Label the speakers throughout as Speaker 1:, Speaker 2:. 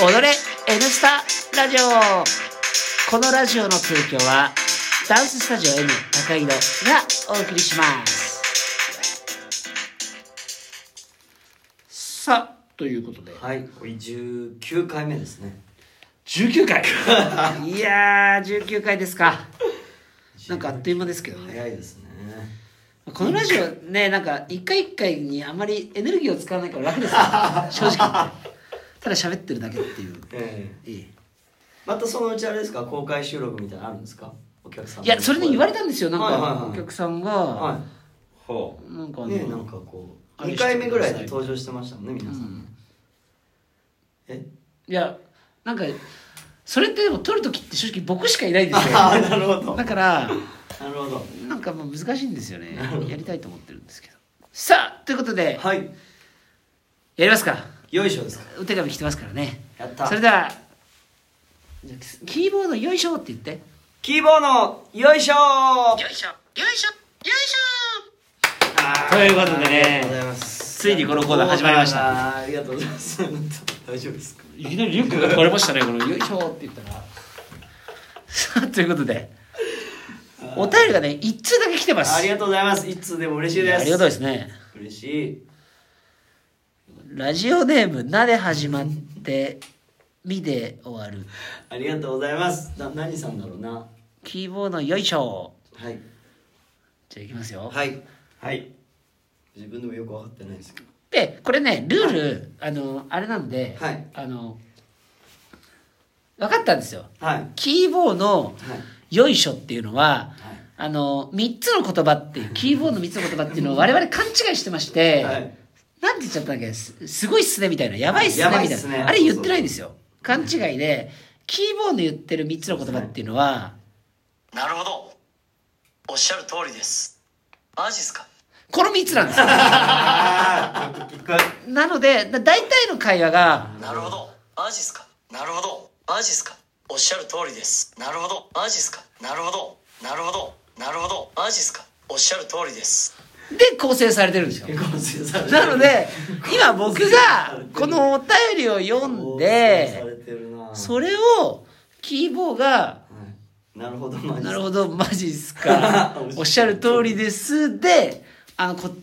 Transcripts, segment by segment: Speaker 1: 踊れ N スタラジオこのラジオの提供はダンススタジオ N 高井戸がお送りしますさあということで
Speaker 2: はい、これ19回目ですね。
Speaker 1: 19回 いやー19回ですかなんかあっという間ですけどね
Speaker 2: 早いですね。
Speaker 1: このラジオねなんか一回一回にあまりエネルギーを使わないから楽ですよ正直 言ってただ喋ってるだけっていう
Speaker 2: ええ
Speaker 1: いい
Speaker 2: またそのうちあれですか、公開収録みたいなのあるんですかお客さん
Speaker 1: いやそれで言われたん
Speaker 2: で
Speaker 1: ですよなんか、
Speaker 2: はいはいはい
Speaker 1: お客さんが、
Speaker 2: は
Speaker 3: ほ
Speaker 1: なんかあ
Speaker 2: い。
Speaker 1: の
Speaker 2: ねなんかこう、
Speaker 1: あれ
Speaker 2: 2回目ぐらいで登場してましたもんね、皆さんね。え
Speaker 1: いやなんかそれってでも撮る時って正直僕しかいないんです
Speaker 2: あ
Speaker 1: よ
Speaker 2: ーなるほど。
Speaker 1: だ
Speaker 2: な
Speaker 1: から
Speaker 2: るほど。
Speaker 1: なんかもう難しいんですよねやりたいと思ってるんですけどさあということで、
Speaker 2: はい。
Speaker 1: やりますか
Speaker 2: よいしょですか。
Speaker 1: お手紙来てますからね
Speaker 2: やった
Speaker 1: それではじゃあキーボードよいしょって言って
Speaker 2: キーボード、よいしょー
Speaker 1: いしょよいしょよいし
Speaker 2: あー
Speaker 1: ということでね
Speaker 2: ありがとうございます。。
Speaker 1: ついにこのコーナー始まりました
Speaker 2: ありがとうございます。 本当大丈夫ですか
Speaker 1: ょいきなりリュックが取れましたねこのよいしょって言ったらさあということでお便りがね一通だけ来てます
Speaker 2: ありがとうございます。いつでも嬉しいです。
Speaker 1: ありがたいですね
Speaker 2: 嬉しい。
Speaker 1: ラジオネーム「な」で始まって「み」で終わる
Speaker 2: ありがとうございます。な何さんだろうな。
Speaker 1: キーボードよいしょ
Speaker 2: はい。
Speaker 1: じゃあいきますよ、
Speaker 2: はい。
Speaker 3: うはい
Speaker 2: 自分でもよく分かってないですけど。
Speaker 1: でこれねルール、あのあれなんで、
Speaker 2: はい
Speaker 1: あの分かったんですよ
Speaker 2: はい。はい。
Speaker 1: キーボード「よいしょ」っていうのは
Speaker 2: はい。
Speaker 1: あの3つの言葉っていうキーボードの3つの言葉っていうのを我々勘違いしてまして、
Speaker 2: はい
Speaker 1: なんて言っちゃったんだっけすすごいっすねみたいなやばいっすね
Speaker 2: やば
Speaker 1: み
Speaker 2: いった
Speaker 1: い
Speaker 2: す
Speaker 1: な、
Speaker 2: ね
Speaker 1: あれ言ってないんですよ勘違いでキーボードの言ってる3つの言葉っていうのは
Speaker 4: なるほどおっしゃる通りですマジっすか
Speaker 1: この3つなんですよ
Speaker 2: ああ、よく聞 く。
Speaker 1: なのでだ大体の会話が
Speaker 4: なるほどマジっすかなるほどマジっすかおっしゃる通りですなるほどマジっすかなるほどなるほどなるほどマジっすかおっしゃる通りです
Speaker 1: で構成されてるんですよ
Speaker 2: 結婚されてる
Speaker 1: なの。で今僕がこのお便りを読ん
Speaker 2: され
Speaker 1: で
Speaker 2: てるな。
Speaker 1: それをキーボーが
Speaker 2: はい。なるほど。マジ
Speaker 1: なるほどマジっすか おっしゃる通りですであのこ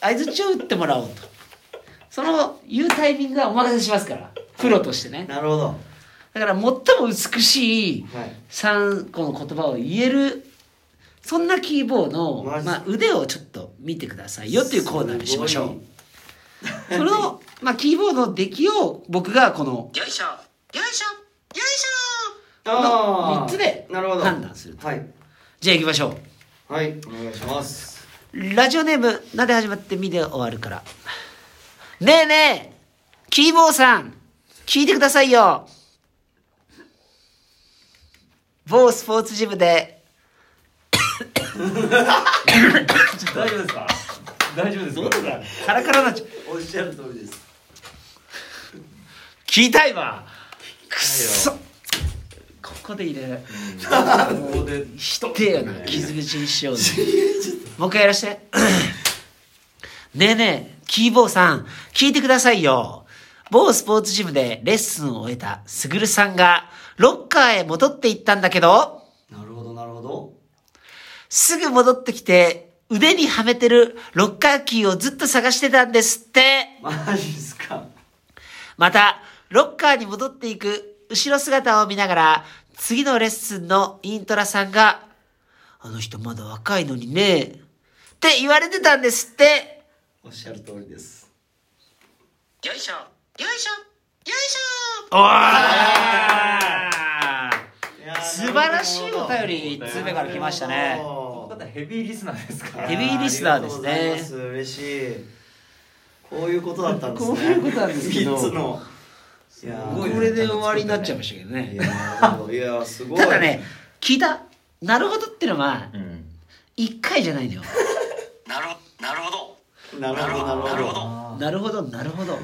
Speaker 1: 相づちを打ってもらおうとその言うタイミングはお任せしますからプロとしてね
Speaker 2: なるほど。は
Speaker 1: だから最も美しい
Speaker 2: い。
Speaker 1: 3個の言葉を言えるそんなキーボードの、
Speaker 2: マジっす
Speaker 1: まあ、腕をちょっと見てくださいよっていうコーナーにしましょうその、まあ、キーボードの出来を僕がこの
Speaker 4: よいしょよいしょよいし
Speaker 2: ああ。
Speaker 1: 三つで
Speaker 2: なるほど。
Speaker 1: 判断すると
Speaker 2: はい。
Speaker 1: じゃあ行きましょう
Speaker 2: はい。お願いします。
Speaker 1: ラジオネーム、なで始まってみで終わるから。ねえねえ、キーボーさん、聞いてくださいよ。某スポーツジムで、
Speaker 2: 大丈夫ですか。大丈夫ですか。
Speaker 1: カラカラなっちゃう、
Speaker 2: おっしゃる通りです。
Speaker 1: 聞いたいわ。くっそ。ここで入れる。
Speaker 2: ここで。
Speaker 1: ひってえよな、傷口にしようぜ。もう一回やらして。ねえねえ、キーボーさん、聞いてくださいよ。某スポーツジムでレッスンを終えたすぐるさんが、ロッカーへ戻っていったんだけど、
Speaker 2: なるほど。なるほど。
Speaker 1: すぐ戻ってきて、腕にはめてるロッカーキーをずっと探してたんですって。
Speaker 2: マジですか。
Speaker 1: また、ロッカーに戻っていく後ろ姿を見ながら、次のレッスンのイントラさんが、あの人まだ若いのにね、って言われてたんですって。
Speaker 2: おっしゃる通りです。
Speaker 4: ょよいしょよいしょよいしょ
Speaker 1: お素晴らしいお便り1通目から来ましたね
Speaker 3: この方ヘビーリスナーですから
Speaker 1: ヘビーリスナーですね
Speaker 2: ありがとうございます嬉しい。こういうことだったんですね。
Speaker 1: こういうことなんですけど
Speaker 2: 三つの。いやー、
Speaker 1: これで終わりになっちゃいましたけど
Speaker 2: い
Speaker 1: ね。
Speaker 2: やー、いやーすごい。
Speaker 1: ただね、聞いた、なるほどってのは、
Speaker 3: うん
Speaker 1: 1回じゃないのよ。
Speaker 4: なるなるほど
Speaker 2: なるほど、なるほど。
Speaker 4: なるほど
Speaker 1: なるほど、なるほど。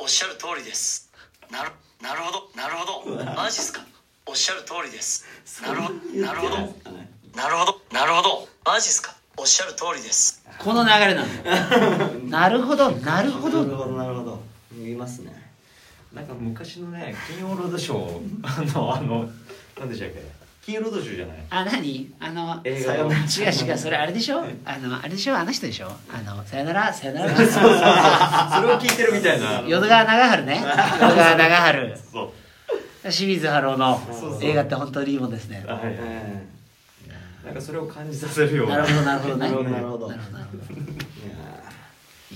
Speaker 4: おっしゃる通りですなるなるほどなるほどマジっすかおっしゃる通りですなるほどなるほどなるほどなるほどマジっすかおっしゃる通りです
Speaker 1: この流 れなのよ。なるほど、なるほ
Speaker 2: なる
Speaker 1: ど。
Speaker 2: ほど、なるほど。言いますね。
Speaker 3: なんか昔のね金曜ロードショー あのあのなんでしたっけ金曜ロードショーじゃない
Speaker 1: あ何あの
Speaker 3: 映
Speaker 1: 違
Speaker 3: 画の
Speaker 1: う違うそれあれでしょあのあれでしょあの人でしょあのさよならさよな ら
Speaker 3: それを聞いてるみたいな
Speaker 1: 淀川長春 ね淀川長春
Speaker 3: そう
Speaker 1: 清水ハロー
Speaker 3: そうそ
Speaker 1: の
Speaker 3: う
Speaker 1: 映画って本当にいいもんですね
Speaker 3: は
Speaker 2: え
Speaker 3: い
Speaker 2: え
Speaker 3: なんかそれを感じさせるよう
Speaker 1: なるほどなるほどね
Speaker 2: なるほどなるほど
Speaker 1: なるほどなるほど
Speaker 2: い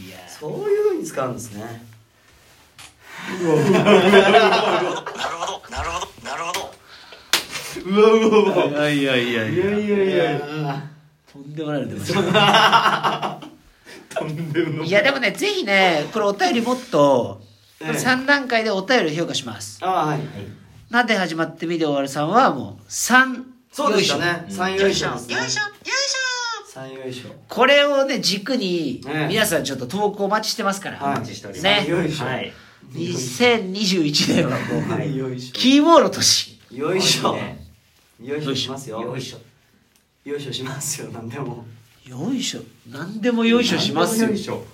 Speaker 2: や
Speaker 1: いや
Speaker 2: ーそういうふうに使うんですね
Speaker 4: なるほどなるほどなるほど
Speaker 3: うわうわうわ
Speaker 1: いやいやいや
Speaker 3: いやいやいや
Speaker 1: とんでもないの出ました
Speaker 3: とんでもない
Speaker 1: いやでもねぜひねこれお便りもっと
Speaker 2: ええ
Speaker 1: 3段階でお便りを評価します
Speaker 2: ああはい
Speaker 1: なで始まってみで終わるさんはもう3
Speaker 2: そうでしたね三優勝ですね
Speaker 4: よいしょよいし
Speaker 2: 三優勝
Speaker 1: これをね軸に
Speaker 2: ええ
Speaker 1: 皆さんちょっと投稿お待ちしてますから、
Speaker 2: はい
Speaker 3: 感じしておりま
Speaker 1: ね
Speaker 2: 三優勝
Speaker 3: はい
Speaker 1: 2021年はこ う
Speaker 2: はいよいしょ
Speaker 1: キーボールの年
Speaker 2: よいしょ
Speaker 3: いいね
Speaker 2: よいしょしますよ
Speaker 3: よいしょ
Speaker 2: よいしょしますよなんでも
Speaker 1: よいしょ何でもよいしょしますよ
Speaker 3: よいしょ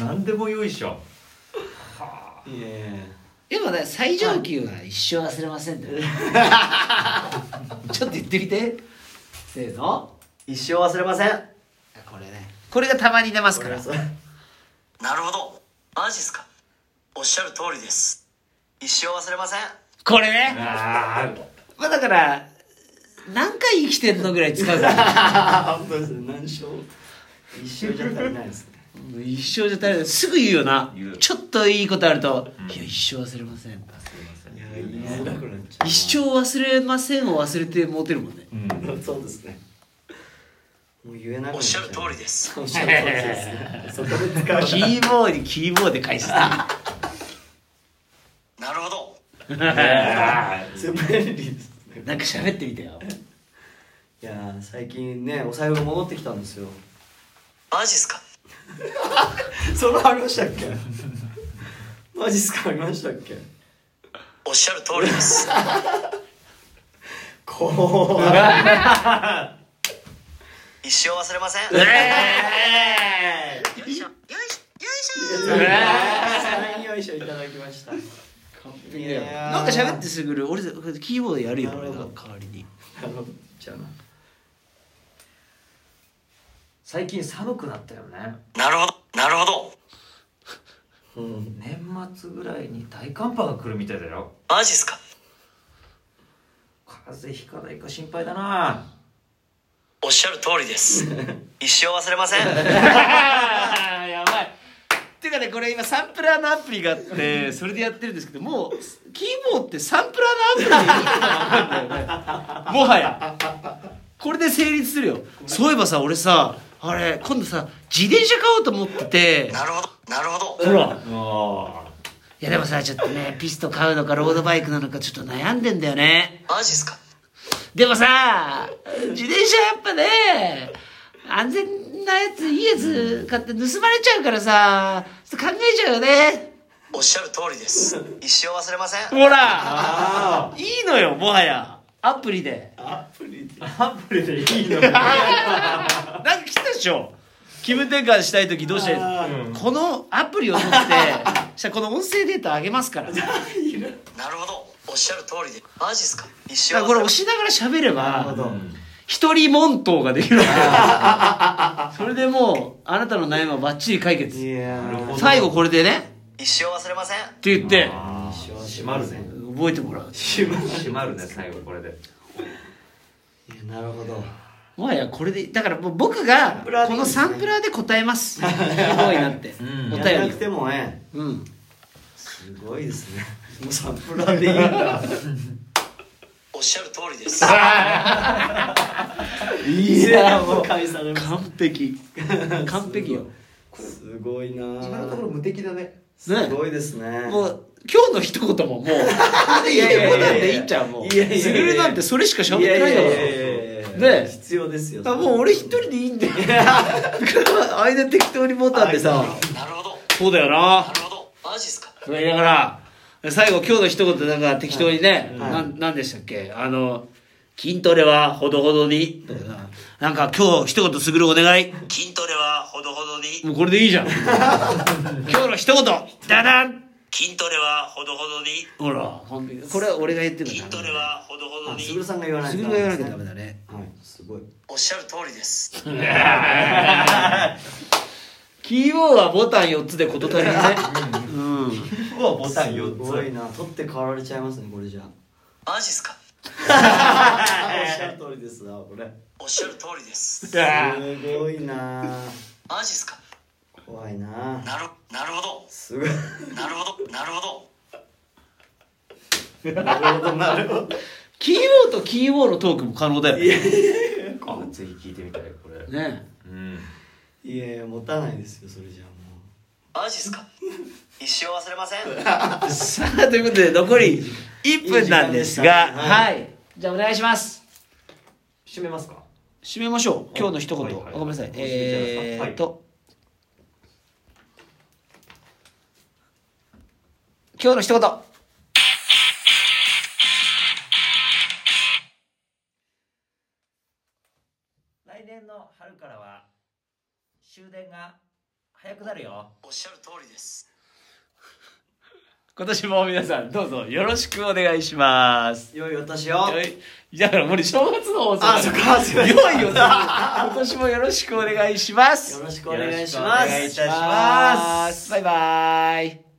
Speaker 3: 何でもよいしょ
Speaker 2: いえ
Speaker 1: でもね最上級は一生忘れませ んだよ、ちょっと言ってみてせーの
Speaker 2: 一生忘れません
Speaker 1: これねこれがたまに出ますから
Speaker 2: これ
Speaker 4: ょなるほどマジっすかおっしゃる通りです一生忘れません
Speaker 1: これね
Speaker 3: あ
Speaker 1: まあだから何回生きてんのぐらい使うから
Speaker 2: あ本当ですね難勝一生じゃ足りないですね
Speaker 1: 一生じゃ足りないすぐ言うよな
Speaker 3: 言う
Speaker 1: ちょっといいことあると「いや一生忘れません」
Speaker 2: いや言いづらくなっちゃう
Speaker 1: 一生忘れません」を忘れてモテるもんね
Speaker 3: うん
Speaker 2: そうですねもう言えなくな
Speaker 4: おっ
Speaker 2: ち
Speaker 4: し
Speaker 2: ゃ
Speaker 4: ゃ
Speaker 2: う
Speaker 4: る通りです
Speaker 2: おっしゃる通りですねそこで使う
Speaker 1: キーボードにキーボードで返す な
Speaker 4: なるほど
Speaker 2: 便利ですね
Speaker 1: なんか喋ってみてよ
Speaker 2: いやー最近ねお財布が戻ってきたんですよ
Speaker 4: マジっすか
Speaker 2: それありましたっ けマジっすかありましたっけ
Speaker 4: おっしゃる通りです
Speaker 2: こう
Speaker 4: 一生忘れません
Speaker 1: え
Speaker 4: よいしょよいしょよいしょ
Speaker 2: よいしょいただきました完
Speaker 1: ーなんか喋ってすぐる俺キーボードやるよ俺が代わりに
Speaker 2: あのじゃあな
Speaker 3: 最近寒くなったよね
Speaker 4: なるほどなるほど
Speaker 2: うん
Speaker 3: 年末ぐらいに大寒波が来るみたいだよ
Speaker 4: マジっすか
Speaker 3: 風邪ひかないか心配だな
Speaker 4: おっしゃる通りです一生忘れません
Speaker 1: やばいてかねこれ今サンプラーのアプリがあってそれでやってるんですけどもうキーボードってサンプラーのアプリでいいのかなもはやこれで成立するよそういえばさ俺さあれ今度さ自転車買おうと思ってて
Speaker 4: なるほどなるほど
Speaker 1: ほら
Speaker 3: あ
Speaker 1: いやでもさちょっとねピスト買うのかロードバイクなのかちょっと悩んでんだよね
Speaker 4: マジっすか
Speaker 1: でもさ自転車やっぱね安全なやついいやつ買って盗まれちゃうからさちょっと考えちゃうよね
Speaker 4: おっしゃる通りです一生忘れません
Speaker 1: ほら
Speaker 3: あ
Speaker 1: いいのよもはやアプリ で
Speaker 2: アプリで
Speaker 3: アプリでいいのか
Speaker 1: なんか来たでしょ気分転換したい時どうしたらいいですかこのアプリを持ってしたらこの音声データあげます からだか
Speaker 4: なるほどおっしゃる通りでマジっすか一生
Speaker 1: らこ
Speaker 4: 忘
Speaker 1: れ押
Speaker 4: れません
Speaker 1: しながら喋れば
Speaker 2: なるほど
Speaker 1: 一人問答ができるわけよそれでもうあなたの悩みはバッチリ解
Speaker 2: い
Speaker 1: 決
Speaker 2: や
Speaker 3: なるほ
Speaker 2: ー
Speaker 3: ど
Speaker 1: 最後これでね
Speaker 4: 一生忘れません
Speaker 1: って 言って
Speaker 3: あー閉まるね
Speaker 1: 覚えてもらう
Speaker 2: しま
Speaker 3: 閉まるね最後これで
Speaker 2: いやなるほど
Speaker 1: もはやこれでだからもう僕が
Speaker 2: プラーで
Speaker 1: こ
Speaker 2: いい
Speaker 1: の
Speaker 2: です
Speaker 1: サ
Speaker 2: ね
Speaker 1: ンプラーで答えますすごいな って
Speaker 3: うん
Speaker 1: お
Speaker 2: やらな
Speaker 1: 便
Speaker 2: く
Speaker 1: り
Speaker 2: てもね
Speaker 1: をうん
Speaker 2: すごいですねもうサンプラーでいいんだ
Speaker 4: おっしゃる通りです
Speaker 1: い
Speaker 2: う返されます
Speaker 1: 完璧完璧よ
Speaker 2: すごいなー
Speaker 3: 今のところ無敵だね
Speaker 2: すごいですね
Speaker 1: もう今日の一言ももうこれでいいねボタンでいいんちゃうもう
Speaker 2: いやいやいやいや
Speaker 1: すぐるなんてそれしか喋っ
Speaker 2: いや
Speaker 1: て
Speaker 2: い
Speaker 1: な
Speaker 2: や
Speaker 1: い
Speaker 2: い
Speaker 1: だ
Speaker 2: や
Speaker 1: ろ
Speaker 2: いやい
Speaker 1: ね
Speaker 2: や
Speaker 1: え
Speaker 2: 必要ですよ
Speaker 1: あもう俺一人でいいん だよ だから間適当にボタンでさ
Speaker 4: なるほど
Speaker 1: そうだよ
Speaker 4: な
Speaker 1: な
Speaker 4: るほどマジっすか
Speaker 1: それだから最後今日の一言なんか適当にね、
Speaker 2: はい
Speaker 1: なんなんでしたっけあの筋トレはほどほどにとかさなんか今日一言すぐるお願い。
Speaker 4: 筋トレはほどほどに
Speaker 1: もうこれでい いじゃん。今日の一言、ダダン
Speaker 4: 筋トレはほどほどに
Speaker 1: ほら、完璧これは俺が言ってる
Speaker 4: 筋トレはほどほど
Speaker 2: あ、す
Speaker 4: に
Speaker 2: ぐるさんが言わない
Speaker 1: す
Speaker 2: と
Speaker 1: ぐ
Speaker 2: ダ
Speaker 1: る
Speaker 2: メ
Speaker 1: が言
Speaker 2: で
Speaker 1: わな
Speaker 2: す
Speaker 1: きゃダ
Speaker 2: ね
Speaker 1: メだね。
Speaker 2: はい、すごい。
Speaker 4: おっしゃる通りです
Speaker 1: キーボーはボタン4つでこと足りね。うん。
Speaker 3: うわボタン
Speaker 2: すごい
Speaker 3: 4
Speaker 2: な、取って代わられちゃいますね、これじゃあ。
Speaker 4: マジっすか
Speaker 2: あおっしゃる通りですな、これ。
Speaker 4: おっしゃる通りです
Speaker 2: すごいな。
Speaker 4: マジっすか
Speaker 2: 怖いな。
Speaker 4: なるなるほど
Speaker 2: すごい。
Speaker 4: なるほどなるほど
Speaker 2: なるほど、なるほど。
Speaker 1: キーボーとキーボーのトークも可能だよね。
Speaker 3: つあぜひ聞いてみたいこれ
Speaker 1: ね
Speaker 3: うん
Speaker 2: いやいや、持たないですよ、それじゃあもう。
Speaker 4: マジっすか一生忘れません
Speaker 1: さあ、ということで残り1分なんですが、
Speaker 2: いい時間でした
Speaker 1: はい。じゃあお願いします。
Speaker 3: 閉めますか
Speaker 1: 締めましょう。今日の一言。
Speaker 3: はいはいはい
Speaker 1: あごめんなさい。
Speaker 3: もう締めちゃいます
Speaker 1: え
Speaker 3: か
Speaker 1: ーっと。今日の一言。
Speaker 5: 来年の春からは終電が早くなるよ。
Speaker 4: おっしゃる通りです
Speaker 1: 今年も皆さんどうぞよろしくお願いします。
Speaker 2: 良いお年を。
Speaker 1: いや、だから俺正月の放送だから
Speaker 2: あ、そっか、すいません
Speaker 1: 良いよ。今年もよろしくお願いします。
Speaker 2: よろしくお願いします。
Speaker 1: お願いいたします。バイバイ。